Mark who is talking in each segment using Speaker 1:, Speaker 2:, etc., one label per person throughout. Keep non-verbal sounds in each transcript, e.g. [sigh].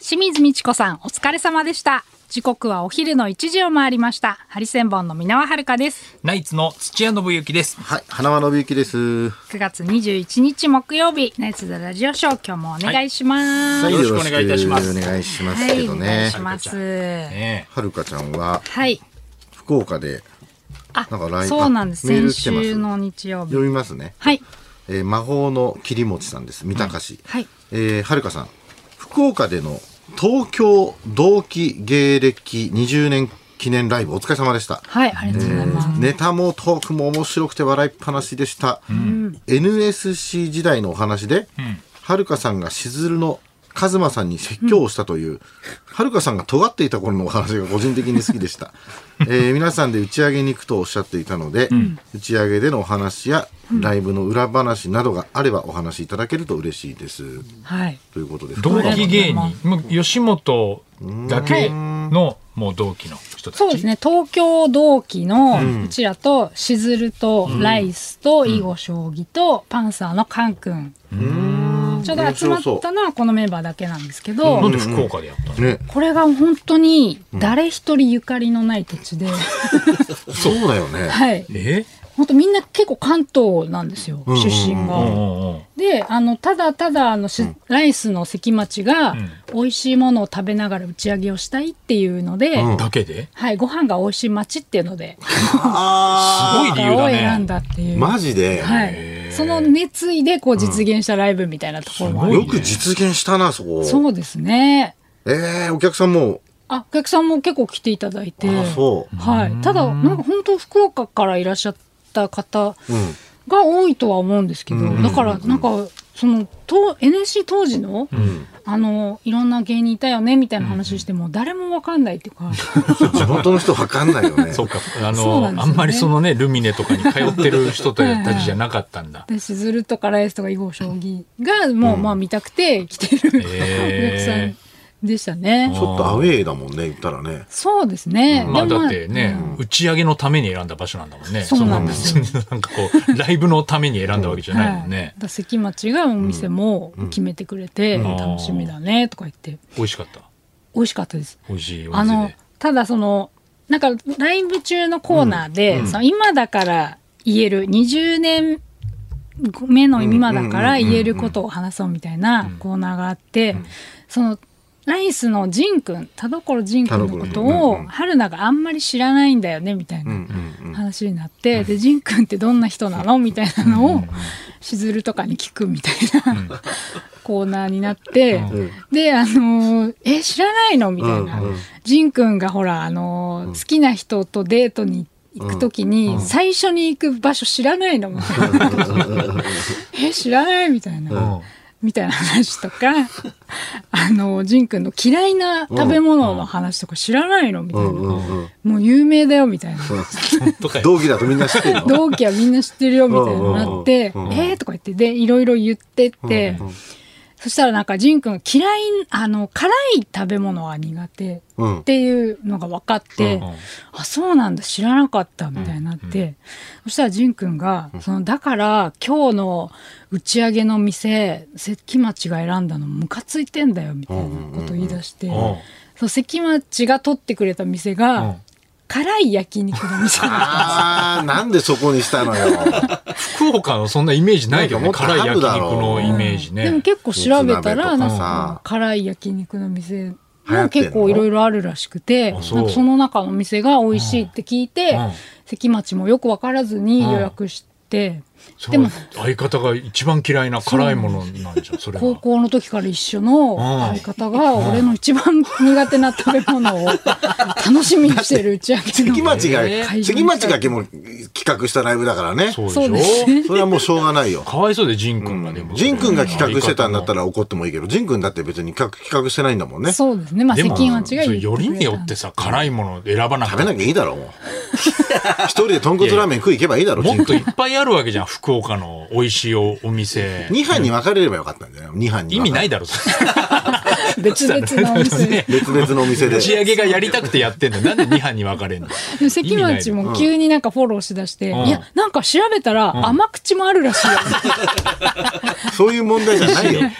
Speaker 1: 清水美智子さんお疲れ様でした時刻はお昼の1時を回りましたハリセンボンの箕輪遥です
Speaker 2: ナイツの土屋信之です。
Speaker 3: はい、花輪信之です。
Speaker 1: 9月21日木曜日ナイツザラジオショー今日もお願いします
Speaker 2: いよろしくお願いいたします
Speaker 3: よろくお願いします
Speaker 1: はい、
Speaker 3: けど
Speaker 1: お願い
Speaker 3: ね
Speaker 1: し。ます、
Speaker 2: ね
Speaker 3: はるかちゃんは
Speaker 1: はい
Speaker 3: 福岡で
Speaker 1: あ
Speaker 3: なんか来
Speaker 1: そうなんです
Speaker 3: あメー
Speaker 1: 先
Speaker 3: ル来てます
Speaker 1: 週の日曜日
Speaker 3: 読みますね。
Speaker 1: はい
Speaker 3: えー魔法の切餅さんです。三鷹市。
Speaker 1: はい
Speaker 3: えーはるかさん、福岡での東京同期芸歴20年記念ライブお疲れ様でした。
Speaker 1: はいありがとうございます、
Speaker 3: ネタもトークも面白くて笑いっぱなしでした、NSC 時代のお話で、はるかさんがしずるのカズマさんに説教をしたという、
Speaker 1: [laughs]
Speaker 3: はるかさんが尖っていた頃のお話が個人的に好き
Speaker 1: [laughs]
Speaker 3: でした、えー皆さんで打ち上げに行くとおっしゃっていたので、打ち上げでのお話やライブの裏話などがあればお話しいただけると嬉しいです、
Speaker 1: はい
Speaker 3: ということです
Speaker 2: 同期芸
Speaker 1: あ
Speaker 2: 人
Speaker 1: り、
Speaker 2: もう吉本だけのもう同期の人たち。
Speaker 1: そうですね東京同期のうちらとしずるとライスと囲碁将棋とパンサーのカン君ちょうど集まったのはこのメンバーだけなんですけど、
Speaker 2: なんで福岡でやったの？
Speaker 3: ね、
Speaker 1: これが本当に誰一人ゆかりのない土地で、
Speaker 3: そうだ
Speaker 1: [laughs]
Speaker 3: よね、
Speaker 1: はい
Speaker 2: え？
Speaker 1: 本当みんな結構関東なんですよ、出身が。
Speaker 2: うんうんうん。
Speaker 1: であのただただあのし、ライスの関町が
Speaker 2: ん
Speaker 1: 美味しいものを食べながら打ち上げをしたいっていうので、
Speaker 3: うん
Speaker 2: だけで？
Speaker 1: はい、ご飯が美味しい町っていうのです
Speaker 2: ごい理由
Speaker 1: を
Speaker 2: だ
Speaker 1: 選ん
Speaker 2: ね。
Speaker 1: だっていう、
Speaker 3: [laughs] マジで、
Speaker 1: はい、その熱意でこう実現したライブみたいなところが、
Speaker 2: うん
Speaker 3: よく実現したなそこ
Speaker 1: そうですね
Speaker 3: えー、お客さんも
Speaker 1: あお客さんも結構来ていただいて
Speaker 3: あそう、
Speaker 1: はい、ただなんか本当福岡からいらっしゃった方
Speaker 3: うん、
Speaker 1: が多いとは思うんですけど、だからなんかそのと NSC 当時の、あのいろんな芸人いたよねみたいな話しても誰もわかんないっていう
Speaker 2: [laughs]
Speaker 1: か、
Speaker 3: 地元の人わかんないよね。
Speaker 2: そうか、あ
Speaker 1: そう
Speaker 2: の
Speaker 1: なんですよね
Speaker 2: あんまりそのねルミネとかに通ってる人たちじゃなかったんだ。
Speaker 1: でしずるとかライスとか囲碁将棋がもうまあ見たくて来てる、お客さ
Speaker 2: へー
Speaker 1: んでしたね。
Speaker 3: ちょっとアウェーだもんね、言ったらね。
Speaker 1: そうですね。
Speaker 2: まあ
Speaker 1: でも
Speaker 2: だってね、打ち上げのために選んだ場所なんだもんね。
Speaker 1: そうなんですよ
Speaker 2: その [laughs] なんかこうライブのために選んだわけじゃないもん
Speaker 1: はい
Speaker 2: ね。、
Speaker 1: だから関町がお店も決めてくれて、
Speaker 2: うん
Speaker 1: 楽しみだねとか言って
Speaker 2: 美味しかった。
Speaker 1: 美味しかったです。
Speaker 2: 美味しいお
Speaker 1: あ
Speaker 2: 店
Speaker 1: の
Speaker 2: で。
Speaker 1: ただそのなんかライブ中のコーナーで、その今だから言える20年目の今だから言えることを話そうみたいなコーナーがあって、そのライスの仁君田所仁君のこと
Speaker 3: 田所
Speaker 1: を
Speaker 3: 仁君
Speaker 1: 春菜があんまり知らないんだよねみたいな。話になって、で仁君ってどんな人なのみたいなのをしずるとかに聞くみたいなコーナーになって、
Speaker 3: ん
Speaker 1: であのーえ知らないの?」みたいな
Speaker 3: うんうん
Speaker 1: 仁君がほらあのー好きな人とデートに行く時に最初に行く場所知らないのみたいな「 [laughs] え知らない?」みたいな。
Speaker 2: うん
Speaker 1: みたいな話とか、 [laughs] あの、仁君の嫌いな食べ物の話とか知らないのみたいな。
Speaker 3: うん
Speaker 1: もう有名だよ、みたいな。
Speaker 2: とか
Speaker 3: 同期だとみんな知ってるの。
Speaker 1: 同期はみんな知ってるよみたいになって
Speaker 3: うんうんう
Speaker 1: 「
Speaker 3: んうん
Speaker 1: えー?」とか言ってでいろいろ言ってって
Speaker 3: うんうん
Speaker 1: そしたらなんか仁君嫌いあの辛い食べ物は苦手
Speaker 3: うん
Speaker 1: っていうのが分かって
Speaker 2: うんうん
Speaker 1: 「あそうなんだ知らなかった」みたいになってそしたら仁君がその「だから今日の打ち上げの店関町が選んだのムカついてんだよ」みたいなことを言い出して
Speaker 2: んうん
Speaker 1: そう関町が取ってくれた店
Speaker 2: う
Speaker 1: が
Speaker 2: ん
Speaker 1: 辛い焼肉の店だった。
Speaker 3: あー、なんでそこにしたのよ。
Speaker 2: 福岡のそんなイメージないよね
Speaker 3: なんかも
Speaker 2: 辛
Speaker 3: っ
Speaker 2: い焼
Speaker 3: とハ
Speaker 2: 肉
Speaker 3: ーブだろ
Speaker 2: の
Speaker 3: う
Speaker 2: [laughs] イメージ
Speaker 1: でも
Speaker 2: ね
Speaker 1: 結構調べたらな
Speaker 3: もつ鍋
Speaker 1: ん
Speaker 3: とかさ
Speaker 1: か辛い焼肉の店
Speaker 3: 流行
Speaker 1: も
Speaker 3: ってんの
Speaker 1: 結構いろいろあるらしくてなん
Speaker 2: あ
Speaker 1: か
Speaker 2: そう
Speaker 1: その中の店が美味しいって聞いて、
Speaker 2: うん
Speaker 1: 関町もよく分からずに予約して、
Speaker 2: そう
Speaker 1: でも
Speaker 2: 相方が一番嫌いな辛いものなんじゃんそれ
Speaker 1: 高
Speaker 2: は
Speaker 1: 校の時から一緒の
Speaker 2: ん
Speaker 1: 相方が俺の一番苦手な食べ物を楽しみにしてる打ち上げの
Speaker 3: 関町が
Speaker 2: え
Speaker 1: ー、
Speaker 3: 関町がも企画したライブだからね。
Speaker 2: そう
Speaker 1: そう
Speaker 2: で
Speaker 1: で
Speaker 2: し
Speaker 1: す
Speaker 2: ょ
Speaker 1: ね
Speaker 3: それはもうしょうがないよ。
Speaker 2: かわ [laughs] いそうで仁君がでも
Speaker 3: 仁君が企画してたんだった
Speaker 2: ら
Speaker 3: ら怒ってもいいけど、仁君だって別に企画企画してないんだもんね。食
Speaker 1: そうですねまあ
Speaker 2: で
Speaker 1: 関
Speaker 2: も
Speaker 1: 町が
Speaker 2: そ
Speaker 1: 言
Speaker 2: れより
Speaker 1: くれたん
Speaker 2: によってさ辛いものを選ばなく
Speaker 3: べなきゃいいだろ、もう。一人で豚骨ラーメン食い行けばいいだろ、
Speaker 2: も
Speaker 3: 仁
Speaker 2: っとい
Speaker 3: 君。
Speaker 2: っぱいあるわけじゃん福岡の美味しいお店
Speaker 3: [laughs] 二班に分かれればよかったんだよ。二班に
Speaker 2: 意
Speaker 3: 分
Speaker 2: 味
Speaker 3: かれ。
Speaker 2: ないだろそれ
Speaker 1: 別々のお
Speaker 2: [laughs]
Speaker 1: 店で。
Speaker 3: 別々のお店で
Speaker 2: 打ち上げがやりたくてやってんのなんで2班に分かれんの [laughs]
Speaker 1: でも関町も急になんかフォローしだして、
Speaker 2: うん
Speaker 1: いや、なんか調べたら甘口もあるら
Speaker 2: [laughs]
Speaker 1: しいよ。
Speaker 3: そういう問題じゃないよ。
Speaker 1: なん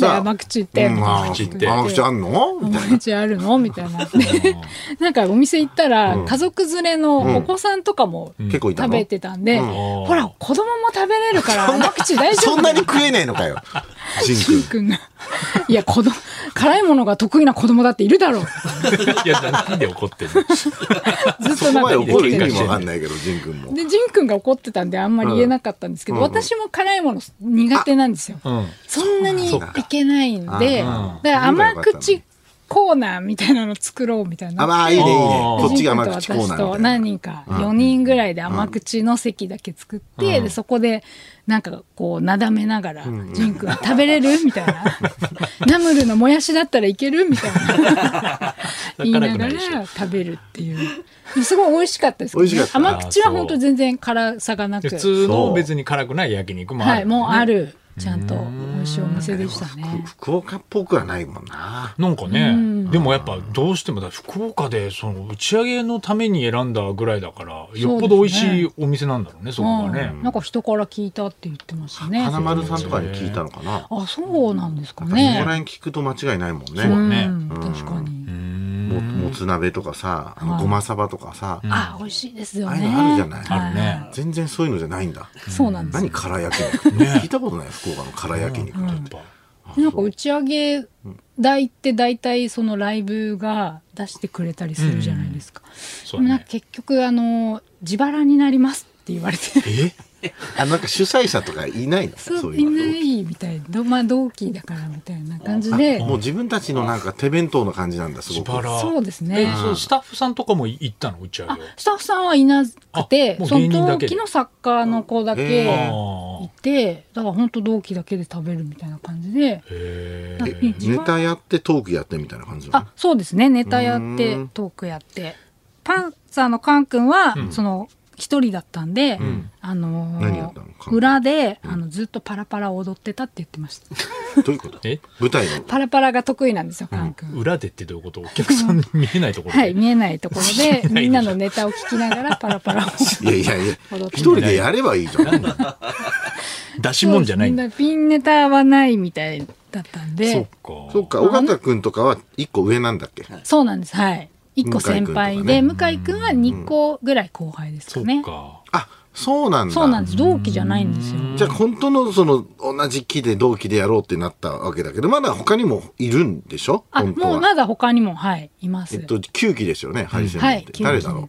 Speaker 1: だよ、甘口って。
Speaker 3: うん
Speaker 2: 甘口って
Speaker 3: 甘口あんのみたいな
Speaker 1: 甘口あるのみたいな。でなんかお店行ったら、家族連れのお子さんとかも
Speaker 3: 結構いた
Speaker 1: 食
Speaker 3: の
Speaker 1: べてたんで、
Speaker 3: うん
Speaker 1: ほら、子供も食べれるから甘口大丈
Speaker 3: そ
Speaker 1: 夫
Speaker 3: んなに食えねえのかよ。ジン君。
Speaker 1: くんが。いや、子供、辛いものが得意な子供だっているだろう。
Speaker 2: いやなんで怒ってんの
Speaker 1: ずっ
Speaker 3: そ
Speaker 1: と
Speaker 3: こ
Speaker 1: なん
Speaker 3: ま
Speaker 1: か
Speaker 3: で
Speaker 1: 言って
Speaker 3: 怒
Speaker 1: き
Speaker 3: る意
Speaker 1: て
Speaker 3: 味
Speaker 1: る
Speaker 3: もわかんないけど、ジン君も。
Speaker 1: で、ジン君が怒ってたんであんまり言えなかったんですけど、
Speaker 3: うんうん
Speaker 1: 私も辛いもの苦手なんですよ。
Speaker 2: うん
Speaker 1: そんなにいけないん
Speaker 3: あ
Speaker 1: で、
Speaker 3: あ
Speaker 1: だから甘口コーナーみたいなの作ろうみたい
Speaker 3: あ、
Speaker 1: な。
Speaker 3: まあ、いいね、いいね。
Speaker 2: あー
Speaker 3: こっちが甘
Speaker 1: ジン
Speaker 3: 口
Speaker 1: 君
Speaker 3: コ
Speaker 1: と
Speaker 3: ー
Speaker 1: 私
Speaker 3: ナー
Speaker 1: と
Speaker 3: みたい
Speaker 1: 何人
Speaker 3: な。
Speaker 1: か、4人ぐらいで甘口の席だけ作って、で、そこで、なんかこう、なだめながら、ジン君食べれるみたいな。ナムルのもやしだったらいけるみたいな。言いながら食べるっていう。すごい美味しかったですけど
Speaker 3: 美味しかった
Speaker 1: 甘口は本当全然辛さがなく
Speaker 2: 普。通の別に辛くない焼肉もあ
Speaker 1: はい、
Speaker 2: る
Speaker 1: もうある。ちゃんと美味しいお店でしたね。
Speaker 3: 福岡っぽくはないもんな。
Speaker 2: なんかねでもやっぱどうしてもだ福岡でその打ち上げのために選んだぐらいだからよっぽど美味しいお店なんだろうねそこがね
Speaker 1: うんなんか人から聞いたって言ってましたね。
Speaker 3: 花丸さんとかに聞いたのかな。
Speaker 1: あ、そうなんですか
Speaker 3: ここら
Speaker 1: ね。
Speaker 3: 辺聞くと間違いないもん
Speaker 2: そう
Speaker 3: ね。
Speaker 1: う
Speaker 2: ね
Speaker 1: ん、確かに。
Speaker 3: ももつ鍋とかさ、あの
Speaker 1: はい
Speaker 3: ごまさばとかさ、
Speaker 1: あ、美味しいですよね。
Speaker 3: ああいうのあるじゃない
Speaker 1: は
Speaker 2: あるね
Speaker 3: 全然そういうのじゃないんだ。
Speaker 1: そうなんです
Speaker 3: 何
Speaker 1: よ。
Speaker 3: 辛焼肉
Speaker 2: ね
Speaker 3: 聞いたことない福岡の辛焼肉って。
Speaker 2: やっ
Speaker 1: なんか打ち上げ台って大体そのライブが出してくれたりするじゃないですか。で
Speaker 2: そう
Speaker 1: も
Speaker 2: だね
Speaker 1: なんか結局あの自腹になりますって言わ
Speaker 3: [laughs]
Speaker 1: れて。
Speaker 3: あ、なんか主催者とかいないの
Speaker 1: そ
Speaker 3: そうう
Speaker 1: い
Speaker 3: いうの
Speaker 1: ないみたいな、まあ、同期だからみたいな感じで
Speaker 3: あもう自分たちのなんか手弁当の感じなんだ、すごく。
Speaker 2: ぱら
Speaker 1: そうですね、
Speaker 2: えそうスタッフさんとかも行ったの打ち上げ
Speaker 1: あスタッフさんはいなくて
Speaker 2: あもう
Speaker 1: そ
Speaker 2: 芸人
Speaker 1: の
Speaker 2: だ
Speaker 1: 同
Speaker 2: け
Speaker 1: 期
Speaker 2: で
Speaker 1: の作家の子だけ
Speaker 3: へ
Speaker 1: い
Speaker 2: をああ
Speaker 1: てだから本当同期だけで食べるみたいな感じで
Speaker 2: へ
Speaker 1: なんか
Speaker 2: え
Speaker 1: 一
Speaker 3: ネ
Speaker 1: 番
Speaker 3: タやってトークやってみたいな感じなの
Speaker 1: あそうですねネタやって
Speaker 3: うん
Speaker 1: トークやってパンサーのカン君は、
Speaker 2: ん
Speaker 1: その一人だったんで、
Speaker 2: ん
Speaker 1: あのー
Speaker 3: 何やったのカン君
Speaker 1: 裏であのずっとパラパラ踊ってたって言ってました
Speaker 3: どういうこと
Speaker 2: え
Speaker 3: 舞
Speaker 1: [laughs]
Speaker 3: 台の。
Speaker 1: パラパラが得意なんですよカン君、
Speaker 2: 裏でってどういうことお客さんに見えないところで
Speaker 1: はい見えないところ
Speaker 2: [laughs] 見えな
Speaker 1: で
Speaker 2: いでしょ
Speaker 1: みんなのネタを聞きながらパラパラを
Speaker 3: いやいやいや、
Speaker 1: 踊って
Speaker 3: 一人でやればいいじゃん。
Speaker 2: 出し物じゃないんだ
Speaker 1: そうですみんピンネタはないみたいだったんで
Speaker 2: そっ
Speaker 1: そう
Speaker 2: か
Speaker 3: そうか、尾形くんとかは一個上なんだっけ
Speaker 1: なんですはい一個先輩で向
Speaker 3: 向
Speaker 1: 井君は二個ぐらい後輩ですか
Speaker 2: そっ
Speaker 1: ね、
Speaker 2: か
Speaker 3: あ、そうなんだ。
Speaker 1: そうなんです同期じゃないんですよ
Speaker 3: じゃあ本当のその同じ期で同期でやろうってなったわけだけど、まだ他にもいるんでしょ
Speaker 1: あ
Speaker 3: 本当は。
Speaker 1: もうまだ他にもはいいます、
Speaker 3: えっと、9期ですよね、ハリセンボン
Speaker 1: は
Speaker 3: っ
Speaker 1: い
Speaker 3: て。
Speaker 1: 急に
Speaker 3: 誰だろ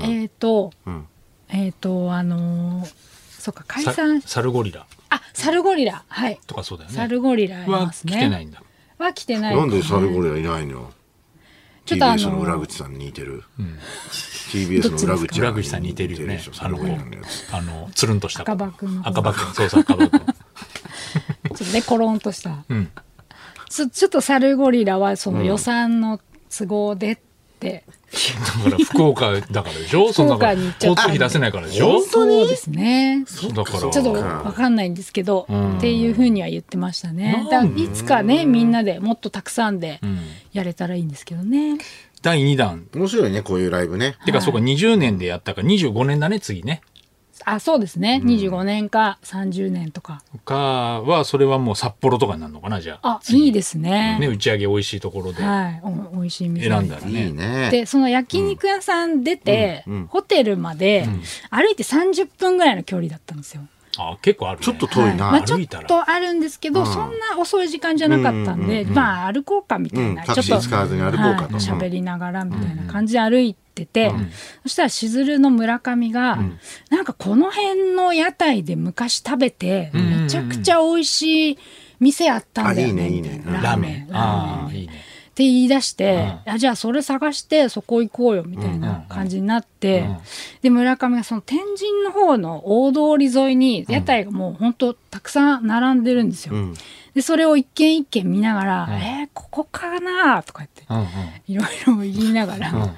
Speaker 1: えっ、と、
Speaker 3: ん
Speaker 1: えっ、とあのーそうか解
Speaker 2: さ
Speaker 1: 散
Speaker 2: サルゴリラ
Speaker 1: あサルゴリラはい
Speaker 2: とかそうだよね
Speaker 1: サルゴリラい
Speaker 2: は
Speaker 1: ま
Speaker 2: 来
Speaker 1: す
Speaker 2: て
Speaker 1: ね
Speaker 2: ないんだ
Speaker 1: は来てな
Speaker 3: う。
Speaker 1: い
Speaker 3: なんでサルゴリラいないの
Speaker 1: ちょっとあの
Speaker 3: ?TBS の裏口さんに似てる。
Speaker 1: ど
Speaker 3: TBS
Speaker 1: っち
Speaker 3: の
Speaker 1: ですか
Speaker 3: 裏口
Speaker 2: 裏口さんに似てるよね
Speaker 3: でしょ
Speaker 2: サ
Speaker 3: サ
Speaker 2: ル
Speaker 3: ル
Speaker 2: ゴ
Speaker 3: ゴ
Speaker 2: リ
Speaker 3: リ
Speaker 2: ラ
Speaker 3: ラのやつ。
Speaker 2: あのつるんとした
Speaker 1: 赤羽くんの方
Speaker 2: 赤羽くんそうそう赤羽くん
Speaker 1: ちょっとね、コロンとした。
Speaker 2: ん
Speaker 1: ちちょっとサルゴリラはその予算の都合でって。
Speaker 2: だから福岡だからでしょそんな
Speaker 1: 福岡に行っちゃ
Speaker 2: 交
Speaker 1: った
Speaker 2: 通費出せないからでしょ
Speaker 1: そうですね。
Speaker 2: そうだから
Speaker 1: ちょっとわかんないんですけど、っていうふうには言ってましたね。だ
Speaker 2: な
Speaker 1: か
Speaker 2: ん
Speaker 1: らいつかね、みんなでもっとたくさんでやれたらいいんですけどね。
Speaker 2: 第2弾
Speaker 3: 面白いね、こういうライブね。
Speaker 2: てかそうか20年でやったから25年だね次ね
Speaker 1: あ、そうですね。25年か30年とか。
Speaker 2: かはそれはもう札幌とかになるのかなじゃ
Speaker 1: あ、
Speaker 2: あ
Speaker 1: いいですね。
Speaker 2: ね打ち上げ美味しいところで
Speaker 1: はい。お美味しい店。
Speaker 2: 選んだら
Speaker 3: いい
Speaker 2: ね
Speaker 3: ね。
Speaker 1: でその焼肉屋さん出て、ホテルまで歩いて30分ぐらいの距離だったんですよ。
Speaker 2: あ結構あるね
Speaker 3: ちょっと遠い
Speaker 1: はいまあ、
Speaker 3: な。
Speaker 1: ちょ
Speaker 2: 歩いた
Speaker 1: っ
Speaker 2: ら
Speaker 1: とあるんですけど、そんな遅い時間じゃなかったんで、まあ歩こうかみたいな、
Speaker 3: うんタクシー
Speaker 1: ち
Speaker 3: 使わずに歩こうか
Speaker 1: はい
Speaker 3: と
Speaker 1: 喋りながらみたいな感じで歩いてて、そしたらしずるの村上が、なんかこの辺の屋台で昔食べて、めちゃくちゃ美味しい店あったんだよ
Speaker 3: あ
Speaker 1: ね
Speaker 3: いいね
Speaker 1: みたい
Speaker 3: いいね
Speaker 1: な
Speaker 2: ラ
Speaker 1: ラ
Speaker 2: ー
Speaker 1: ー
Speaker 2: メ
Speaker 1: メ
Speaker 2: ン
Speaker 1: ン。
Speaker 2: あ
Speaker 1: ラー
Speaker 2: あ
Speaker 1: メン
Speaker 2: いいね
Speaker 1: って言い出して、あじゃあそれ探してそこ行こうよみたいな感じになって、で村上がその天神の方の大通り沿いに屋台がもうほんとたくさん並んでるんですよ。
Speaker 3: ん
Speaker 1: でそれを一軒一軒見ながら「えーここかな?」とか言って
Speaker 2: うんうん
Speaker 1: いろいろ言いながら、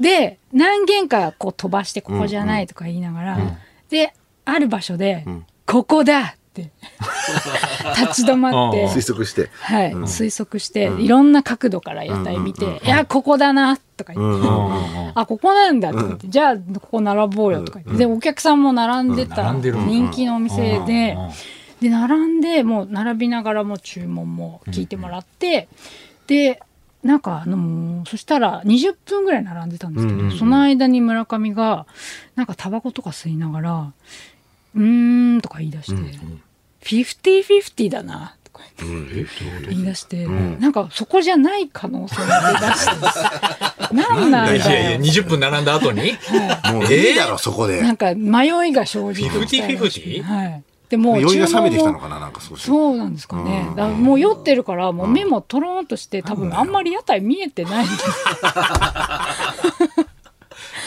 Speaker 1: で何軒かこう飛ばして「ここじゃない」とか言いながら、である場所で「ここだ!」って
Speaker 2: [laughs]
Speaker 1: 立ち止まっ
Speaker 2: う
Speaker 1: て
Speaker 2: ん
Speaker 3: 推測して。
Speaker 1: はい、推測して、いろんな角度から屋台見て、いやここだなとか言って、
Speaker 2: うんうんうん
Speaker 1: あここなんだって言って、じゃあここ並ぼうよとか言って、でお客さんも並んで
Speaker 2: うん
Speaker 1: た
Speaker 2: 並んでるんだ
Speaker 1: 人気のお店で、
Speaker 2: うんうんうん
Speaker 1: で並んでもう並びながらも注文も聞いてもらって、でなんかあのーそしたら20分ぐらい並んでたんですけど、
Speaker 3: うんうんうん
Speaker 1: その間に村上がなんかタバコとか吸いながら「うーん」とか言い出して「フィフティフィフティだな」とか言って。
Speaker 2: えどういうこと
Speaker 1: 言い出して、
Speaker 3: ん
Speaker 1: なんかそこじゃない可能性が出だして
Speaker 3: [laughs]
Speaker 1: なんなんだ
Speaker 2: い
Speaker 1: よ
Speaker 2: やいや、20分並んだ後に
Speaker 3: もういいだろ、そこで
Speaker 1: な。んか迷いが生じてきたらしい
Speaker 2: 50-50？
Speaker 1: はいでもう
Speaker 3: 酔い
Speaker 1: 注
Speaker 3: が
Speaker 1: 文
Speaker 3: 冷めてきたの
Speaker 1: も
Speaker 3: かな、なんか少し。
Speaker 1: そうなんですかね、だからもう酔ってるからもう目もとろーんとして多分あんまり屋台見えてないんです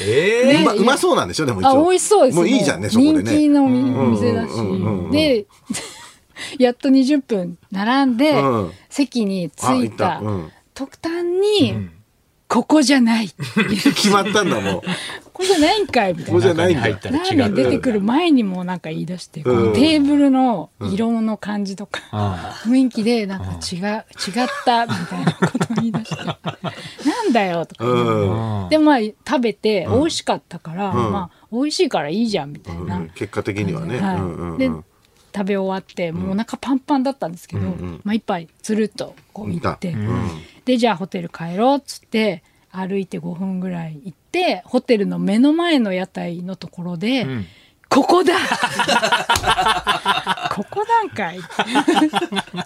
Speaker 2: ええ
Speaker 1: ね
Speaker 3: うまうまそうなんでしょ、でも一
Speaker 1: あ
Speaker 3: 応。
Speaker 1: 美味しそうです
Speaker 3: もういいじゃんね、そこで
Speaker 1: 人気
Speaker 3: ね。
Speaker 1: のお店だし、
Speaker 3: うんうんうんうん
Speaker 1: で [laughs] やっと20分並んで、
Speaker 3: うん
Speaker 1: 席に
Speaker 3: あ
Speaker 1: 着い
Speaker 3: 行ったうん
Speaker 1: 特端に、ここじゃない」
Speaker 3: [laughs] 決まったんだ、もう。
Speaker 1: これじゃないんかいみたい
Speaker 3: ここ
Speaker 1: な
Speaker 3: じゃないんだ
Speaker 2: 中に入ったら
Speaker 1: ラ
Speaker 2: 違
Speaker 1: ー
Speaker 2: う
Speaker 1: メン出てくる前にもなんか言い出して、このテーブルの色の感じとか、
Speaker 2: あ
Speaker 1: 雰囲気でなんか違う、違ったみたいなことを言い出して、
Speaker 3: [laughs]
Speaker 1: なんだよとか言いながら、
Speaker 3: うん
Speaker 2: あ
Speaker 1: で、まあ食べて美味しかったから、
Speaker 3: うん
Speaker 1: まあ美味しいからいいじゃんみたいな。
Speaker 3: うん結果的にはね。う
Speaker 1: はい
Speaker 3: んうん
Speaker 1: で
Speaker 3: うん
Speaker 1: 食べ終わってもうお腹パンパンだったんですけど、まあ、一杯つるっとこう行って、でじゃあホテル帰ろうっつって歩いて5分ぐらい行ってホテルの目の前の屋台のところで「
Speaker 2: ん
Speaker 1: ここだ! 」ここなんかい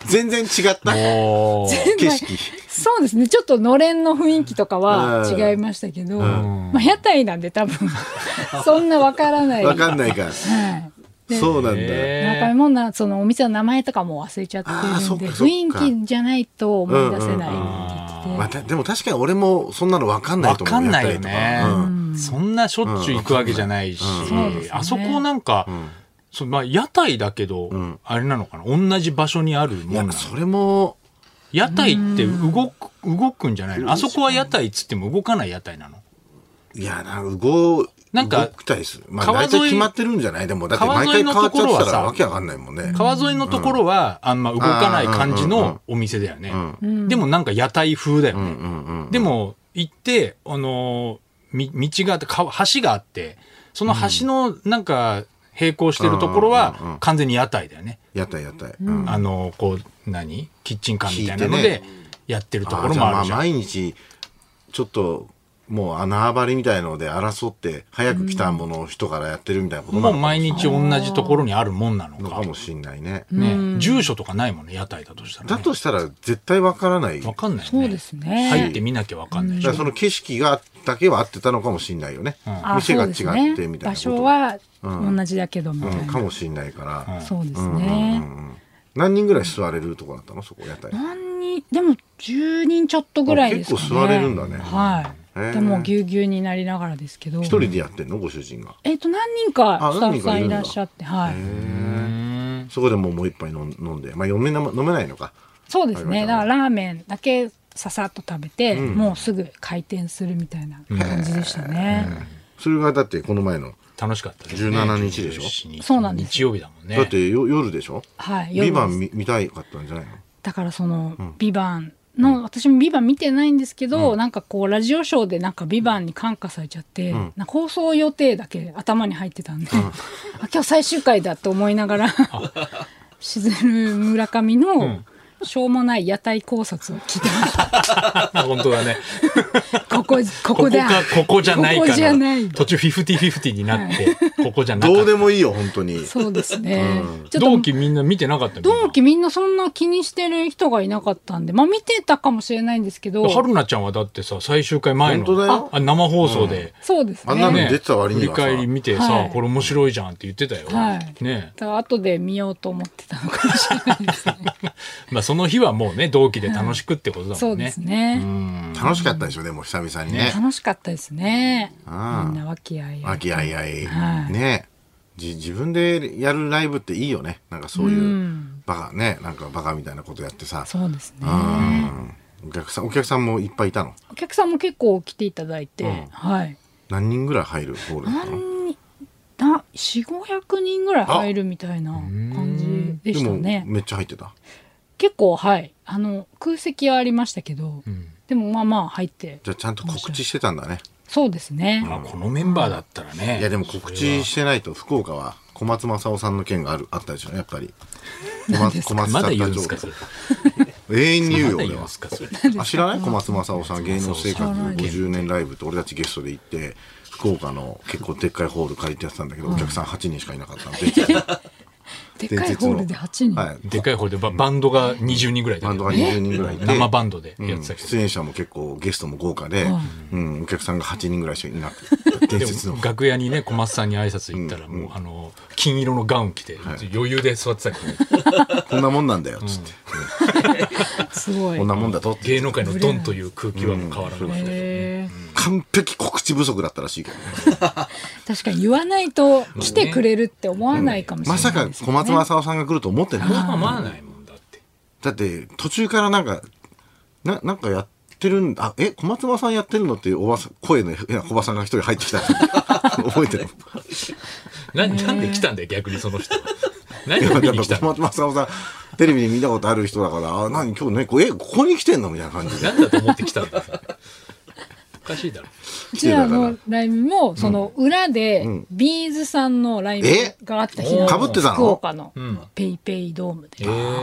Speaker 3: 全然違った
Speaker 2: おー
Speaker 3: 景色。
Speaker 1: そうですねちょっとのれんの雰囲気とかは
Speaker 3: うん
Speaker 1: 違いましたけど、まあ、屋台なんで多
Speaker 3: [laughs]
Speaker 1: 分そんなわからない。
Speaker 3: わかんないから。
Speaker 1: はいで
Speaker 3: そうなんだ。
Speaker 2: え
Speaker 1: 中身もなそのお店の名前とかも忘れちゃって
Speaker 3: あー
Speaker 1: る
Speaker 3: そ
Speaker 1: ん
Speaker 3: っか
Speaker 1: で
Speaker 3: そっか
Speaker 1: 雰囲気じゃないと思い出せないって言ってて、
Speaker 3: うんうん
Speaker 2: うん
Speaker 3: まあ、たでも確かに俺もそんなのわかんない
Speaker 2: わ
Speaker 3: と思
Speaker 2: か
Speaker 3: う。
Speaker 2: んない
Speaker 3: や
Speaker 2: よ
Speaker 3: った
Speaker 2: ね
Speaker 3: りとかうん。
Speaker 2: そんなしょっちゅう行くわけじゃないし、
Speaker 1: そうですね
Speaker 2: あそこなんか、そうまあ、屋台だけど、あれなのかな同じ場所にあるもん
Speaker 3: いや
Speaker 2: なの
Speaker 3: それも、
Speaker 2: 屋台って動く動くんじゃないのあそこは屋台っつっても動かない屋台なの
Speaker 3: いや、なんか動、
Speaker 2: なんか
Speaker 3: 動くたりする。まあ、
Speaker 2: 川
Speaker 3: 大
Speaker 2: 沿い
Speaker 3: 体決まってるんじゃないでも、だって
Speaker 2: 川
Speaker 3: 毎
Speaker 2: 沿い
Speaker 3: 回
Speaker 2: の
Speaker 3: 変わっちゃ
Speaker 2: とこ
Speaker 3: っ
Speaker 2: ろは
Speaker 3: た
Speaker 2: さ
Speaker 3: らわけわかんないもんね。
Speaker 2: 川沿いのところはあんま動かない感じのお店だよね、でもなんか屋台風だよね、
Speaker 3: うんうん。
Speaker 2: でも行って、あのーみ道があってか橋があってその橋のなんか並行してるところ
Speaker 3: うんうんうんう
Speaker 2: は
Speaker 3: ん
Speaker 2: 完全に屋台だよね、
Speaker 3: 屋台屋台。うん
Speaker 2: あのーこう何キッチンカーみたいなの
Speaker 3: 引い
Speaker 2: で
Speaker 3: て
Speaker 2: やってるとこ
Speaker 3: あ
Speaker 2: ろ
Speaker 3: じ
Speaker 2: も
Speaker 3: ゃあま
Speaker 2: あ
Speaker 3: あ
Speaker 2: るじゃん、
Speaker 3: 毎日ちょっともう穴張りみたいので争って早く来たものを人からやってるみたいなことな
Speaker 2: もう
Speaker 3: のか
Speaker 2: 毎日同じところにあるもんなの
Speaker 3: の
Speaker 2: か
Speaker 3: かもしんないね、
Speaker 2: ね、住所とかないもんね屋台だとしたら、
Speaker 3: だ
Speaker 2: ね、
Speaker 3: としたら絶対わからない
Speaker 2: わ
Speaker 3: だか
Speaker 2: かんないよね
Speaker 1: そうですね
Speaker 2: 入ってみなきゃわかんないでしょ、
Speaker 3: らその景色がだけは合ってたのかもしんないよね、
Speaker 1: あ
Speaker 3: 店が
Speaker 1: そう
Speaker 3: 違
Speaker 1: です
Speaker 3: っ
Speaker 1: ね
Speaker 3: てみたいなこと
Speaker 1: 場所は同じだけどみた
Speaker 3: う
Speaker 1: い
Speaker 3: ん、
Speaker 1: な、
Speaker 3: かもしんないから、
Speaker 1: そうですね、
Speaker 3: 何人ぐらい座れるとこだったのそこ屋台
Speaker 1: 何人でも10人ちょっとぐらいですかね
Speaker 3: あ結構座れるんだね
Speaker 1: はい、
Speaker 3: へえ
Speaker 1: でもぎゅうぎゅうになりながらですけど
Speaker 3: 一人でやってんのご主人が
Speaker 1: えっ、と何人か
Speaker 3: あ
Speaker 1: スタッフ
Speaker 3: 何人か
Speaker 1: さん
Speaker 3: いるん
Speaker 1: い
Speaker 3: だ
Speaker 1: らっしゃってはい
Speaker 3: そこでもうもう一杯飲ん飲んでまあ飲めな飲めないのか
Speaker 1: そうです
Speaker 3: あ
Speaker 1: ね
Speaker 3: りが
Speaker 1: だ
Speaker 3: と
Speaker 1: か
Speaker 3: う
Speaker 1: らラーメンだけささっと食べて、もうすぐ回転するみたいな感じでしたね、
Speaker 3: それがだってこの前の
Speaker 2: 楽しかったですね
Speaker 3: 17日でしょ
Speaker 2: 17日
Speaker 1: そうなんです
Speaker 2: 日曜日だもんね
Speaker 3: だってよ夜でしょ
Speaker 1: はい
Speaker 3: ビ
Speaker 1: 夜
Speaker 3: バン見見たいかったんじゃないの
Speaker 1: だからその「ビバンの、私も「ビバン見てないんですけど、なんかこうラジオショーでなんか「ビバンに感化されちゃって、なんか放送予定だけ頭に入ってたんで、あ今日最終回だと思いながらしずる村上のしょうもない屋台考察を聞いてました。
Speaker 2: [laughs] 本当だね
Speaker 1: ここここ
Speaker 2: ここ
Speaker 1: だ
Speaker 2: かここじゃないか
Speaker 1: こ
Speaker 2: な
Speaker 1: こじゃない
Speaker 2: 途中フィフティフィフティになって、ここじゃなかった
Speaker 3: どうでもいいよ本当に
Speaker 1: そうですね、ちょっと
Speaker 2: 同期みんな見てなかったみんな
Speaker 1: 同期みんなそんな気にしてる人がいなかったんでまあ見てたかもしれないんですけど
Speaker 2: 春菜ちゃんはだってさ最終回前の
Speaker 3: 本当だよ
Speaker 2: あ生放送で、
Speaker 1: そうです
Speaker 3: あんなの
Speaker 1: ね。
Speaker 3: ね出てた割に
Speaker 2: 振り
Speaker 3: はさ
Speaker 2: 返り見てさ、
Speaker 1: はい
Speaker 2: これ面白いじゃんって言ってたよ、
Speaker 1: はい
Speaker 2: ね
Speaker 1: だから後で見ようと思ってたのかもしれないですね。
Speaker 2: まあその日はもうね同期で楽しくってことだ
Speaker 1: そ
Speaker 2: も
Speaker 1: うん
Speaker 2: ね、
Speaker 1: ですね。
Speaker 3: 楽しかったでしょでも久々にね
Speaker 1: 楽しかったですね。みん
Speaker 3: ああ
Speaker 1: な和気あいあ
Speaker 3: 和
Speaker 1: い。
Speaker 3: 気あいあい
Speaker 1: はい
Speaker 3: ねじ自分でやるライブっていいよねなんかそういうバカねなんかバカみたいなことやってさ
Speaker 1: そうですね。
Speaker 3: うんお客さんお客さんもいっぱいいたの
Speaker 1: お客さんも結構来ていただいて、
Speaker 3: ん
Speaker 1: はい。
Speaker 3: 何人ぐらい入るホールだったの
Speaker 1: 何人、な、四五百人ぐらい入るみたいな感じんでしたね
Speaker 3: でもめっちゃ入ってた
Speaker 1: 結構はいあの空席はありましたけど、でもまあまあ入って
Speaker 3: じゃあちゃんと告知してたんだね
Speaker 1: そうですね、
Speaker 2: まあこのメンバーだったらね
Speaker 3: いやでも告知してないと福岡は小松政夫さんの件があるあったでしょやっぱり小松小松
Speaker 2: まだ
Speaker 3: 作
Speaker 2: 言うん
Speaker 3: 家
Speaker 2: です
Speaker 3: 長
Speaker 2: かそれ
Speaker 3: 永遠に言う
Speaker 2: ま
Speaker 3: よ
Speaker 2: だ言うん
Speaker 3: 俺は
Speaker 2: ですかそれ
Speaker 3: あ知らない小松政夫さん芸能
Speaker 1: 知
Speaker 3: 生活
Speaker 1: らない
Speaker 3: 50年ライブって俺たちゲストで行って福岡の結構でっかいホール借りてやってたんだけど、お客さん8人しかいなかったので
Speaker 1: でっかいホールで8人、
Speaker 3: はい、
Speaker 2: でかい方でババンドが20人ぐらいで
Speaker 3: バンドが20人ぐらいいて
Speaker 2: 生バンドで
Speaker 3: うん
Speaker 2: やってたけ
Speaker 3: 出演者も結構ゲストも豪華で、うんお客さんが8人ぐらいしかいなく
Speaker 1: [laughs]
Speaker 3: て
Speaker 2: ど
Speaker 3: 伝
Speaker 2: で
Speaker 3: 説の
Speaker 2: も楽屋にね小松さんに挨拶行ったらもうあの金色のガウン着て余裕で座ってたけど
Speaker 3: こんなもんなんだよっつって、
Speaker 1: すごい
Speaker 3: こんなもんだぞって
Speaker 2: 芸能界のドンという空気はもう変わらない
Speaker 1: へー
Speaker 3: 完璧告知不足だったらしいけど
Speaker 1: 確かに言わないと来てくれるって思わないかもしれ
Speaker 3: ま
Speaker 1: ないです
Speaker 3: さ
Speaker 1: ね、
Speaker 3: か小松政夫さんが来ると思ってない
Speaker 2: まあまあないもんだって
Speaker 3: だって途中からなんかななんかやってるんあえ小松政夫さんやってるのっていうおばさん声の変な小ばさんが一人入ってきた [laughs] 覚えてる
Speaker 2: ななんで来たんだよ逆にその人は何
Speaker 3: いや
Speaker 2: を見
Speaker 3: な
Speaker 2: に
Speaker 3: んか
Speaker 2: 来た
Speaker 3: 小 [laughs]
Speaker 2: の
Speaker 3: 松政夫さんテレビで見たことある人だからあ何今日ねこえここに来てんのみたいな感じで
Speaker 2: 何だと思って来たんだおかしいだろ
Speaker 1: うちらのライブも、その裏で、ビーズさんのライブ
Speaker 3: え
Speaker 1: があった日な
Speaker 2: か
Speaker 3: ぶってたの
Speaker 1: 福岡の
Speaker 2: ん
Speaker 1: ペイペイドームで、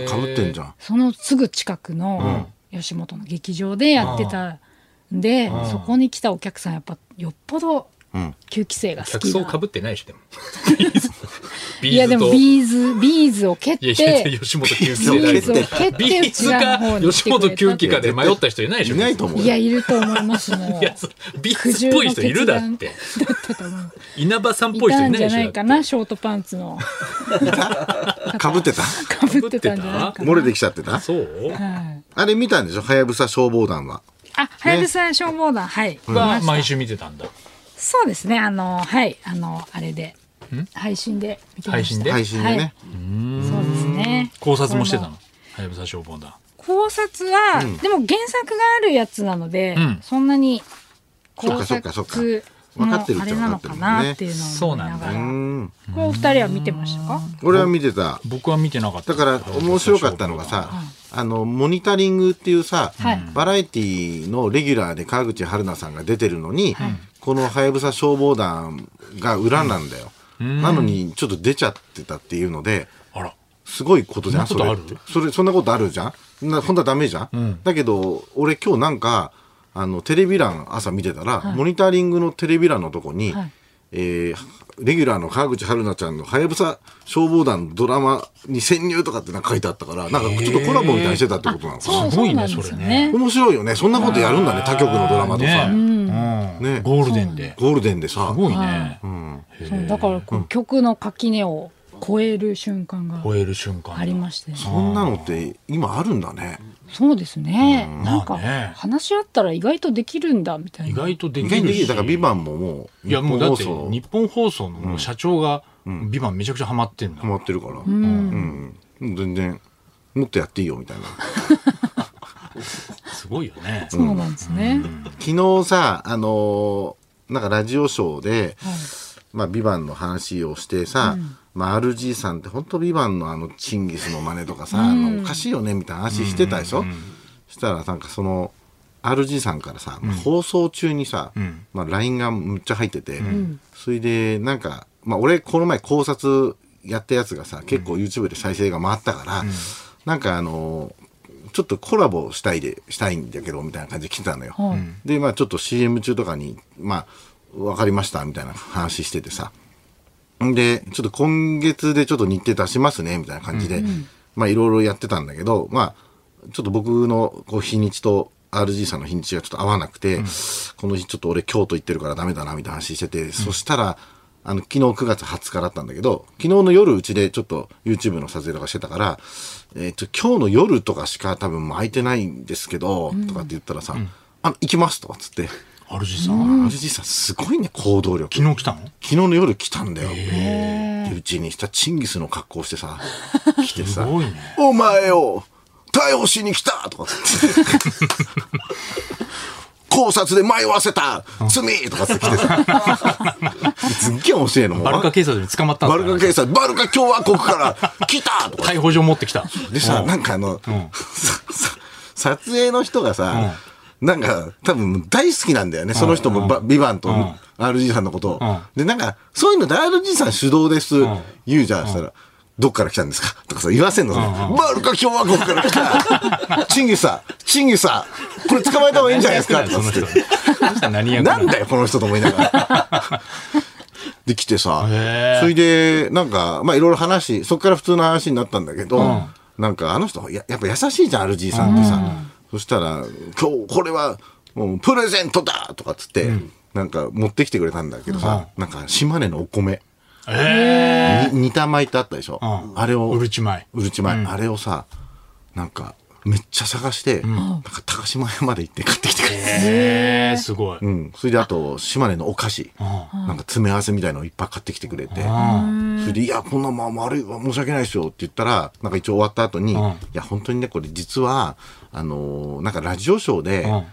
Speaker 2: え
Speaker 3: かぶってんじゃん
Speaker 1: そのすぐ近くの吉本の劇場でやってたんで、そこに来たお客さんやっぱよっぽど
Speaker 3: うん
Speaker 1: 吸気性が好
Speaker 2: 客
Speaker 1: きな、
Speaker 2: 層かぶってないしでもビ
Speaker 1: いや
Speaker 2: ー
Speaker 1: で
Speaker 2: ズ
Speaker 1: も
Speaker 2: と
Speaker 1: ビーズビーズを蹴っ
Speaker 2: いやいやい
Speaker 1: て
Speaker 2: や吉本休
Speaker 1: ビ
Speaker 2: 憩だ
Speaker 1: ー
Speaker 2: よ
Speaker 1: ズを蹴って
Speaker 2: ビ
Speaker 1: う
Speaker 2: ー
Speaker 1: ち
Speaker 2: ズ
Speaker 1: らの方
Speaker 2: か
Speaker 1: に来
Speaker 2: 吉
Speaker 1: てく
Speaker 2: 本
Speaker 1: れ
Speaker 2: 休憩
Speaker 1: た
Speaker 2: かで迷った人いないでしょ
Speaker 3: いないと思う
Speaker 1: い
Speaker 3: よ
Speaker 1: やいると思いますもう
Speaker 2: いやそビーズっぽい人いるだって
Speaker 1: だったと思う
Speaker 2: 稲葉さんっ
Speaker 1: い
Speaker 2: ぽい人
Speaker 1: た
Speaker 2: い
Speaker 1: ん
Speaker 2: ない
Speaker 1: じゃ
Speaker 2: でしょ
Speaker 1: ないか
Speaker 2: だ
Speaker 1: なショートパンツの
Speaker 3: かぶってた
Speaker 1: かぶってたんじゃないかな
Speaker 3: 漏れてきちゃってた
Speaker 2: ってそう
Speaker 1: はい
Speaker 3: あれ見たんでしょはやぶさ消防団は
Speaker 1: あ、はやぶさ消防団、はい。
Speaker 2: は毎
Speaker 1: 週。
Speaker 2: 週見てたんだ
Speaker 1: そうですね、あの、はい、あの、あれで。配信で見てました。
Speaker 2: 配信で
Speaker 3: 配信でね、
Speaker 1: はい。そうですね。
Speaker 2: 考察もしてた
Speaker 1: こ
Speaker 2: のはやぶさ消防団
Speaker 1: れも。考察は、でも原作があるやつなので、
Speaker 2: うん
Speaker 1: そんなに。
Speaker 3: そ
Speaker 1: 考
Speaker 3: っかそっかそっか
Speaker 1: 察の。
Speaker 3: 分かってる
Speaker 1: あ
Speaker 3: っち
Speaker 1: れ
Speaker 3: ゃ
Speaker 1: な
Speaker 3: 分か
Speaker 1: の
Speaker 3: って
Speaker 1: か
Speaker 3: るもんね
Speaker 1: なっていうのを思いながら。
Speaker 3: う
Speaker 1: こ
Speaker 3: ん
Speaker 1: うお二人は見てましたか。
Speaker 3: 俺は見てた
Speaker 2: 僕は見てなかった
Speaker 3: だから面白かったのがさ、あのモニタリングっていうさ、
Speaker 1: はい
Speaker 3: バラエティのレギュラーで川口春奈さんが出てるのに、この「はやぶさ消防団」が裏なんだよ、なのにちょっと出ちゃってたっていうので
Speaker 2: あら
Speaker 3: すごいことじゃん
Speaker 2: そんなこと
Speaker 3: れそれそんなことあるじゃんな本当はダメじゃん、だけど俺今日なんかあのテレビ欄朝見てたら、モニタリングのテレビ欄のとこに、
Speaker 1: はい
Speaker 3: えーレギュラーの川口春奈ちゃんの「はやぶさ消防団」のドラマに潜入とかってなんか書いてあったからなんかちょっとコラボみたいにしてたってことなのかな
Speaker 1: そう、
Speaker 2: す
Speaker 1: そ
Speaker 2: ご
Speaker 1: う
Speaker 2: いね
Speaker 1: なんですよ
Speaker 2: それね
Speaker 1: ね。
Speaker 3: 面白いよねそんなことやるんだね他局のドラマと
Speaker 2: ね
Speaker 3: さ、ね
Speaker 2: うんゴールデンです
Speaker 3: ゴールデンでさ
Speaker 2: すごいね
Speaker 1: そう、だから、こう曲の垣根を超える瞬間が
Speaker 2: 超える瞬間
Speaker 1: ありまして。
Speaker 3: そんなのって今あるんだね
Speaker 1: そうですね。なんか
Speaker 2: まあね
Speaker 1: 話し合ったら意外とできるんだみたい
Speaker 2: 意
Speaker 1: な。
Speaker 2: 外とで
Speaker 3: 意
Speaker 2: き
Speaker 3: 外
Speaker 2: る
Speaker 3: 的
Speaker 2: し
Speaker 3: にだから「ビバンももう
Speaker 2: いやもうだって
Speaker 3: 日本放送
Speaker 2: 日本放送の社長が「ビバンめちゃくちゃハマってるんだ
Speaker 3: ハマってるから、
Speaker 1: ん
Speaker 3: うん全然もっとやっていいよみたいな
Speaker 2: すごいよね
Speaker 1: そうなんですね。
Speaker 3: 昨日さあのーなんかラジオショーで
Speaker 1: はい
Speaker 3: 「まあ、ビバンの話をしてさ、まあ、RG さんって本当ビバンのあのチンギスの真似とかさ、あのおかしいよねみたいな話してたでしょ、したらなんかその RG さんからさ、まあ放送中にさ、
Speaker 2: ん
Speaker 3: まあ、LINE がむっちゃ入ってて、それでなんか、まあ、俺この前考察やったやつがさ結構 YouTube で再生が回ったから、なんかあのちょっとコラボしたいでしたいんだけどみたいな感じで来てたのよ。
Speaker 1: はい
Speaker 3: でまあちょっと CM 中とかに「まあ分かりました」みたいな話しててさでちょっと今月でちょっと日程出しますねみたいな感じで、まあいろいろやってたんだけどまあちょっと僕のこう日にちと RG さんの日にちがちょっと合わなくて、この日ちょっと俺京都行ってるからダメだなみたいな話してて、そしたらあの昨日9月20日だったんだけど昨日の夜うちでちょっと YouTube の撮影とかしてたから、えー、と今日の夜とかしか多分もう空いてないんですけど、とかって言ったらさ、あの行きますとかっつって、
Speaker 2: RG さん
Speaker 3: RG さんすごいね行動力
Speaker 2: 昨日来たの
Speaker 3: 昨日の夜来たんだよ。でうちにしたチンギスの格好してさ、 [laughs] 来て
Speaker 2: す
Speaker 3: さ、
Speaker 2: ごいね
Speaker 3: お前を逮捕しに来たとかって。 [laughs] 考察で迷わせた罪とかって来てさ、すっげえ面白いの。もう
Speaker 2: バルカ警察に捕まったん
Speaker 3: バ
Speaker 2: です
Speaker 3: ル
Speaker 2: かね
Speaker 3: カ警察、バルカ共和国から来たとか。
Speaker 2: 逮捕状持ってきた。
Speaker 3: でさ、
Speaker 2: うん
Speaker 3: なんかあの、
Speaker 2: ん
Speaker 3: ささ撮影の人がさ、なんか多分大好きなんだよね。その人もば、ビバンと
Speaker 2: ん
Speaker 3: RG さんのことを
Speaker 2: うん。
Speaker 3: で、なんか、そういうので RG さん主導です
Speaker 2: ん、
Speaker 3: 言うじゃん。そしたら、どっから来たんですかとかさ、言わせんの。バルカ共和国から来
Speaker 2: [laughs]
Speaker 3: たチンギスさん、チンギスさん、これ捕まえた方がいいんじゃないですかと
Speaker 2: [laughs] そ
Speaker 3: か
Speaker 2: の
Speaker 3: つ
Speaker 2: 人。
Speaker 3: って。
Speaker 2: その人何役
Speaker 3: なん
Speaker 2: だ
Speaker 3: だよ、この人と思いながら。
Speaker 2: [laughs]
Speaker 3: で、来てさ
Speaker 2: へ、ー
Speaker 3: それで、なんか、まあ、いろいろ話、そこから普通の話になったんだけど、
Speaker 2: ん
Speaker 3: なんか、あの人や、やっぱ優しいじゃん、RG さんってさ。そしたら、今日、これは、もう、プレゼントだとかっつって、なんか、持ってきてくれたんだけどさ、なんか、島根のお米、
Speaker 2: え
Speaker 3: に煮た米ってあったでしょ。
Speaker 2: うん
Speaker 3: あれを、
Speaker 2: ー。うるちまい。
Speaker 3: うるち米、あれをさ、なんか、めっちゃ探して、なんか、高島屋まで行って買ってきてくれた
Speaker 2: えー、すごい。
Speaker 3: うん、それであと島根のお菓子、
Speaker 2: う
Speaker 3: なんか詰め合わせみたいのをいっぱい買ってきてくれて、それで「いやこんなまあ悪いわ申し訳ないですよ」って言ったらなんか一応終わった後に「
Speaker 2: ん
Speaker 3: いや本当にねこれ実はあのーなんかラジオショーで、
Speaker 2: う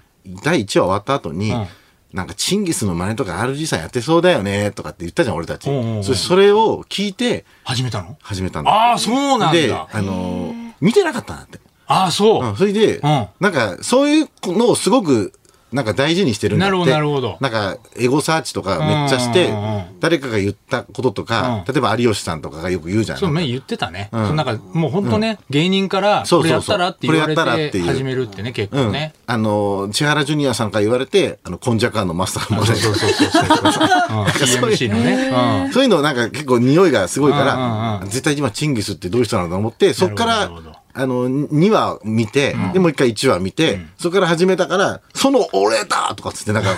Speaker 3: 第1話終わった後に、
Speaker 2: うん
Speaker 3: なんかチンギスの真似とか RG さんやってそうだよねとかって言ったじゃん俺たち、
Speaker 2: うんうんうん
Speaker 3: それそれを聞いて
Speaker 2: 始めたの
Speaker 3: 始めたんだ
Speaker 2: ああ、そうなん
Speaker 3: で
Speaker 2: だ。
Speaker 3: あのー見てなかったんだって
Speaker 2: ああ、そう。
Speaker 3: うんそれで、
Speaker 2: ん
Speaker 3: なんか、そういうのをすごく、なんか大事にしてるんだっ
Speaker 2: なる
Speaker 3: て。
Speaker 2: ほどなるほど
Speaker 3: なんか、エゴサーチとかめっちゃして
Speaker 2: うんうんうんうん、
Speaker 3: 誰かが言ったこととか、
Speaker 2: う
Speaker 3: 例えば有吉さんとかがよく言うじゃん。
Speaker 2: そう、前言ってたね。そ
Speaker 3: ん
Speaker 2: のなんか、もう本当ね、芸人から、
Speaker 3: そ
Speaker 2: こ
Speaker 3: う
Speaker 2: れ
Speaker 3: そ
Speaker 2: や
Speaker 3: う
Speaker 2: っ
Speaker 3: そう
Speaker 2: たらって言われ
Speaker 3: これやったらって
Speaker 2: て、
Speaker 3: いう
Speaker 2: 始めるってね、結
Speaker 3: う
Speaker 2: 構
Speaker 3: ん
Speaker 2: ね。
Speaker 3: あの、千原ジュニアさんから言われて、あの、今昔のマスターもね、
Speaker 2: そうそうそうそう。
Speaker 3: [laughs]
Speaker 2: うん TMC のね。
Speaker 3: そういうのなんか結構匂いがすごいか
Speaker 2: うんうん
Speaker 3: ら、絶対今チンギスってどういう人なのかと思って、そっか
Speaker 2: な
Speaker 3: ら
Speaker 2: るほどなるほ、
Speaker 3: あの、2話見て、で、もう一回1話見て、そっから始めたから、その俺だとかっつっ
Speaker 2: [laughs]
Speaker 3: て、なんか、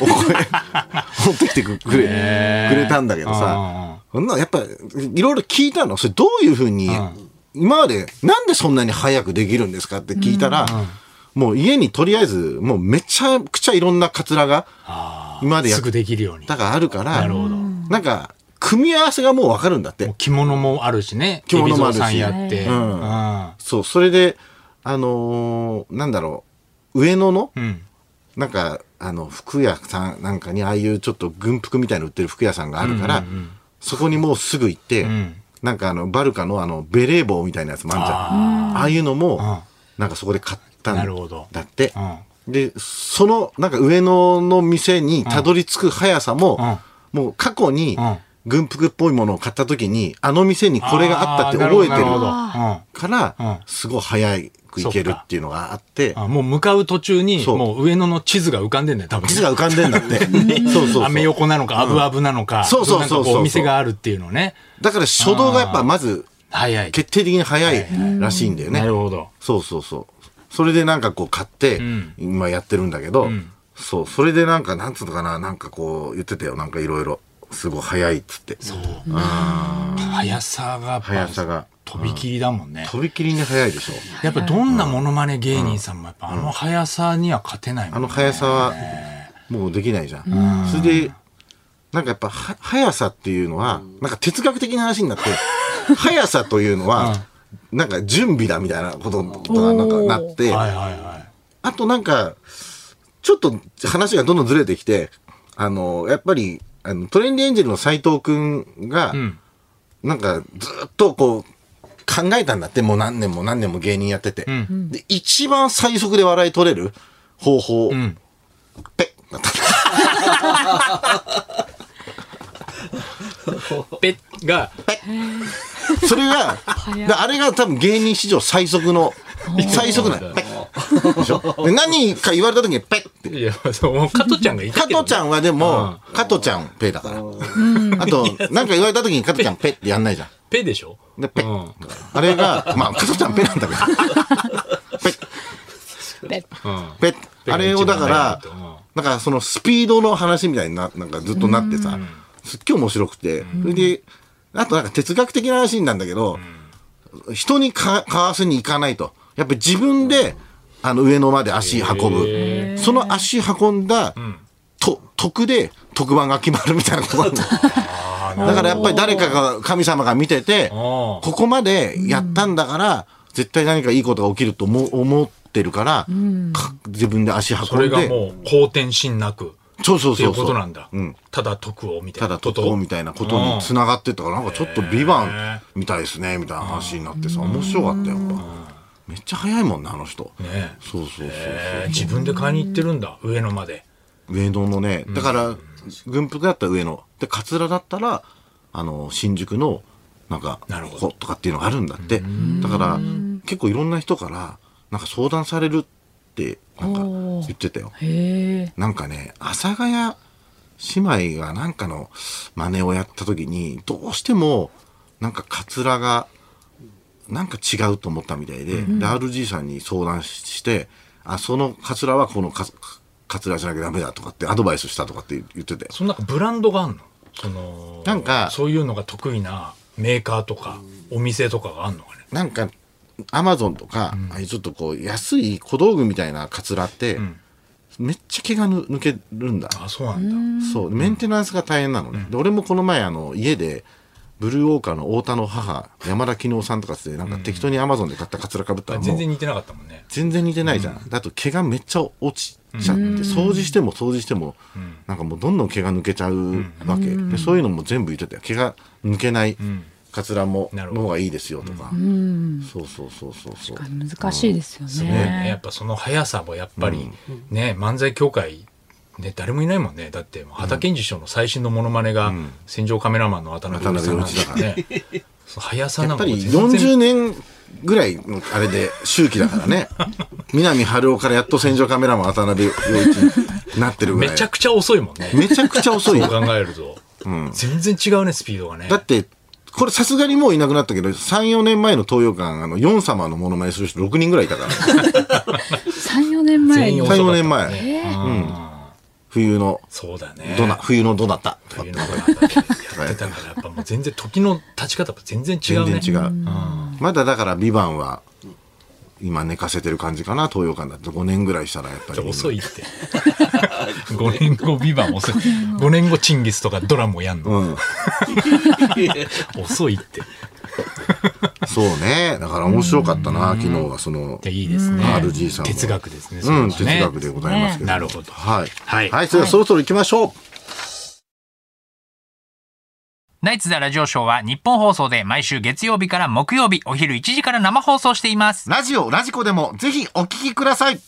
Speaker 3: お声、 [laughs] 持ってきてくれ、
Speaker 2: へー
Speaker 3: くれたんだけどさ、そんな、やっぱ、いろいろ聞いたの。それどういうふうに
Speaker 2: ん、
Speaker 3: 今まで、なんでそんなに早くできるんですかって聞いたら、もう家にとりあえず、もうめちゃくちゃいろんなカツラが、
Speaker 2: あ
Speaker 3: 今ま
Speaker 2: あ。
Speaker 3: でやっ
Speaker 2: すぐできるように。
Speaker 3: だからあるから、
Speaker 2: なるほど
Speaker 3: なんか、組み合わせがもうわかるんだっ
Speaker 2: もう
Speaker 3: て。
Speaker 2: 着物もあるしね。
Speaker 3: 着物もあるし
Speaker 2: 海老蔵さんやって。う
Speaker 3: う
Speaker 2: んん。
Speaker 3: そう、それで、あのーなんだろう、上野の、
Speaker 2: うん。
Speaker 3: なんか、あの、服屋さんなんかに、ああいうちょっと軍服みたいの売ってる服屋さんがあるから、そこにもうすぐ行って、
Speaker 2: ん
Speaker 3: なんかあの、バルカのあの、ベレー帽みたいなやつもあるじゃん。ああいうのも、なんかそこで買ったん
Speaker 2: なるほど
Speaker 3: だって。
Speaker 2: うん
Speaker 3: で、その、なんか上野の店にたどり着く速さも、もう過去に
Speaker 2: うん
Speaker 3: 軍服っぽいものを買った時に、あの店にこれがあったって覚えて
Speaker 2: あーな
Speaker 3: る
Speaker 2: るほどなるほどうん
Speaker 3: から
Speaker 2: うん、
Speaker 3: すごい早く行けるっていうのがあって、
Speaker 2: あもう向かう途中に、
Speaker 3: そう
Speaker 2: もう上野の地図が浮かんでんだよ、多分。
Speaker 3: 地が浮かんでん
Speaker 2: [laughs]
Speaker 3: だって。そうそう
Speaker 2: アメ
Speaker 3: そう。
Speaker 2: 横なのか、アブアブなのか、
Speaker 3: そうそうそうそう
Speaker 2: なんかこお店があるっていうのね。
Speaker 3: だから初動がやっぱまず
Speaker 2: 早い。
Speaker 3: 決定的に早いらしいんだよね。
Speaker 2: なるほど。
Speaker 3: そうそうそう。それでなんかこう買って、
Speaker 2: ん
Speaker 3: 今やってるんだけど、
Speaker 2: ん
Speaker 3: そう、それでなんか、なんつうのかな、なんかこう言ってたよ、なんかいろいろ。すごい早いっつって。
Speaker 2: 速さが、
Speaker 3: 速さが。
Speaker 2: 飛び切りだもんね。
Speaker 3: とびきりに早いでしょ。
Speaker 2: やっぱどんなモノマネ芸人さんもやっぱあの速さには勝てないも
Speaker 3: あ
Speaker 2: ん
Speaker 3: の
Speaker 2: ね。
Speaker 3: 速さは、もうできないじゃん。それで、なんかやっぱは、速さっていうのは、なんか哲学的な話にな [laughs] って、速さというのは、なんか準備だみたいなことがなんかなって、
Speaker 2: はいはいはい。
Speaker 3: あとなんか、ちょっと話がどんどんずれてきて、あの、やっぱり、あのトレンディエンジェルの斎藤くんが、
Speaker 2: ん
Speaker 3: なんかずっとこう、考えたんだって、もう何年も何年も芸人やってて。で、一番最速で笑い取れる方法、
Speaker 2: ん
Speaker 3: ペッだった
Speaker 2: [laughs] ペッが、
Speaker 3: それが、
Speaker 1: い
Speaker 3: であれが多分芸人史上最速の、最速なんペッでしょで何か言われた時にペッって。
Speaker 2: いや、そう、もう加トちゃんがいた
Speaker 3: 加
Speaker 2: けど
Speaker 3: ト
Speaker 2: ね
Speaker 3: ちゃんはでも、加トちゃんペだから。あと、なんか言われた時に加トちゃんペってやんないじゃん。
Speaker 2: ペでしょ
Speaker 3: で、ペ
Speaker 2: うん
Speaker 3: あれが、まあ、加トちゃんペなんだけ
Speaker 2: [laughs]
Speaker 3: ど。
Speaker 1: で
Speaker 2: うん。
Speaker 3: ペペあれをだから
Speaker 2: ペが一番長い、
Speaker 3: なんかそのスピードの話みたいにな、なんかずっとなってさ、すっげえ面白くて。それで、あとなんか哲学的な話なんだけど、人にか買わせに行かないと。やっぱり自分で、あの上野まで足運ぶ。その足運んだ、と、得で特番が決まるみたいなことなん
Speaker 2: [laughs]
Speaker 3: だよ。だからやっぱり誰かが、神様が見てて、
Speaker 2: あ
Speaker 3: ここまでやったんだから、絶対何かいいことが起きると思思ってるから、か自分で足運んで。
Speaker 2: これがもう、好転心なく。
Speaker 3: そうそう
Speaker 2: てい
Speaker 3: そううそ
Speaker 2: こ
Speaker 3: う
Speaker 2: となんだ
Speaker 3: うん。
Speaker 2: ただ徳をみた
Speaker 3: た
Speaker 2: いな
Speaker 3: だ
Speaker 2: ことと。
Speaker 3: こうみたいなことにつながってったからなんかちょっと「ビ
Speaker 2: へ
Speaker 3: バンみたいですねみたいな話になってさ面白かったよやっぱめっちゃ早いもんなあの人
Speaker 2: ね
Speaker 3: そうそうそうそう
Speaker 2: えー自分で買いに行ってるんだ上野まで。
Speaker 3: 上野のねだから軍服だったら上野で桂だったらあの新宿のなんか
Speaker 2: なるほど
Speaker 3: こことかっていうのがあるんだってだから結構いろんな人からなんか相談されるってなんか
Speaker 1: おー
Speaker 3: 言ってたよ
Speaker 1: へえ。
Speaker 3: なんかね、阿佐ヶ谷姉妹がなんかの真似をやった時に、どうしても、なんかカツラが、なんか違うと思ったみたいで、で、RG さんに相談して、あ、そのカツラはこのカツカツラじゃなきゃダメだとかってアドバイスしたとかって言ってて。
Speaker 2: そのなんかブランドがあんのその
Speaker 3: なんか
Speaker 2: そういうのが得意なメーカーとかお店とかがあんのかね。
Speaker 3: なんか、アマゾンとか、ああいうちょっとこう、安い小道具みたいなカツラって、
Speaker 2: ん
Speaker 3: めっちゃ毛がぬ抜けるんだ。
Speaker 2: あそうなんだ。
Speaker 3: そうメンテナンスが大変なのね、で俺もこの前あの家でブルーウォーカーの太田の母山田絹夫さんとかっつってなんか適当にアマゾンで買ったカツラかぶったらもう
Speaker 2: 全然似てなかったもんね。
Speaker 3: 全然似てないじゃん、だと毛がめっちゃ落ちちゃって、掃除しても掃除しても、なんかもうどんどん毛が抜けちゃうわけ、でそういうのも全部言ってたよ毛が抜けないカツラも
Speaker 2: なる
Speaker 3: の
Speaker 2: ほど
Speaker 3: 方がいいですよとか、
Speaker 1: うん。
Speaker 3: そうそうそうそうそう
Speaker 1: 難しいですよ
Speaker 2: すごいね。や
Speaker 1: ね
Speaker 2: っ。ぱその速さもやっぱり、ね、漫才協会、ね、誰もいないもんね。だって、畑健二師匠の最新のモノマネが、戦場カメラマンの渡辺陽一さんなんですからね。その速さ
Speaker 3: や
Speaker 2: な
Speaker 3: っ
Speaker 2: ん
Speaker 3: ぱ
Speaker 2: かも
Speaker 3: り
Speaker 2: う全然
Speaker 3: 40年ぐらいのあれで周期だから [laughs] ね南春夫からやっと戦場カメラマン渡辺陽一になってるぐらい
Speaker 2: めちゃくちゃ遅いもんね。
Speaker 3: めちゃくちゃ遅い
Speaker 2: そう
Speaker 3: よ
Speaker 2: 考えると。全然違うね、スピードがね
Speaker 3: だ。ってこれさすがにもういなくなったけど34年前の東洋館あの4様のモノマネする人6人ぐらいいたから [laughs]
Speaker 1: 三四年前
Speaker 2: 全員
Speaker 1: に
Speaker 2: 遅かったもんね
Speaker 3: 34年前
Speaker 2: うん
Speaker 3: 冬の
Speaker 2: そうだね。
Speaker 3: どな冬のどなたとか
Speaker 2: 冬のドナタでやってたから、やっぱもう全然時の立ち方も全然違う
Speaker 3: 全
Speaker 2: ね。
Speaker 3: 然違う、
Speaker 2: ん
Speaker 3: まだだから「ビバンは今寝かせてる感じかな東洋館だって5年ぐらいしたらやっぱり
Speaker 2: 遅いって。5年 [laughs] 後、ビバン遅い。5年後、チンギスとかドラムやんの。
Speaker 3: うん
Speaker 2: 遅いって。
Speaker 3: そうねだから面白かったな昨日はその
Speaker 2: じゃあいいですね。
Speaker 3: RG さんは
Speaker 2: 哲学ですね。それ
Speaker 3: う
Speaker 2: は
Speaker 3: ん、
Speaker 2: ね
Speaker 3: 哲学でございますけど。
Speaker 2: なるほど。
Speaker 3: はい。
Speaker 2: はい
Speaker 3: はい、それではそろそろ行きましょう。
Speaker 4: ナイツザラジオショーは日本放送で毎週月曜日から木曜日お昼1時から生放送しています。
Speaker 3: ラジオ、ラジコでもぜひお聞きください。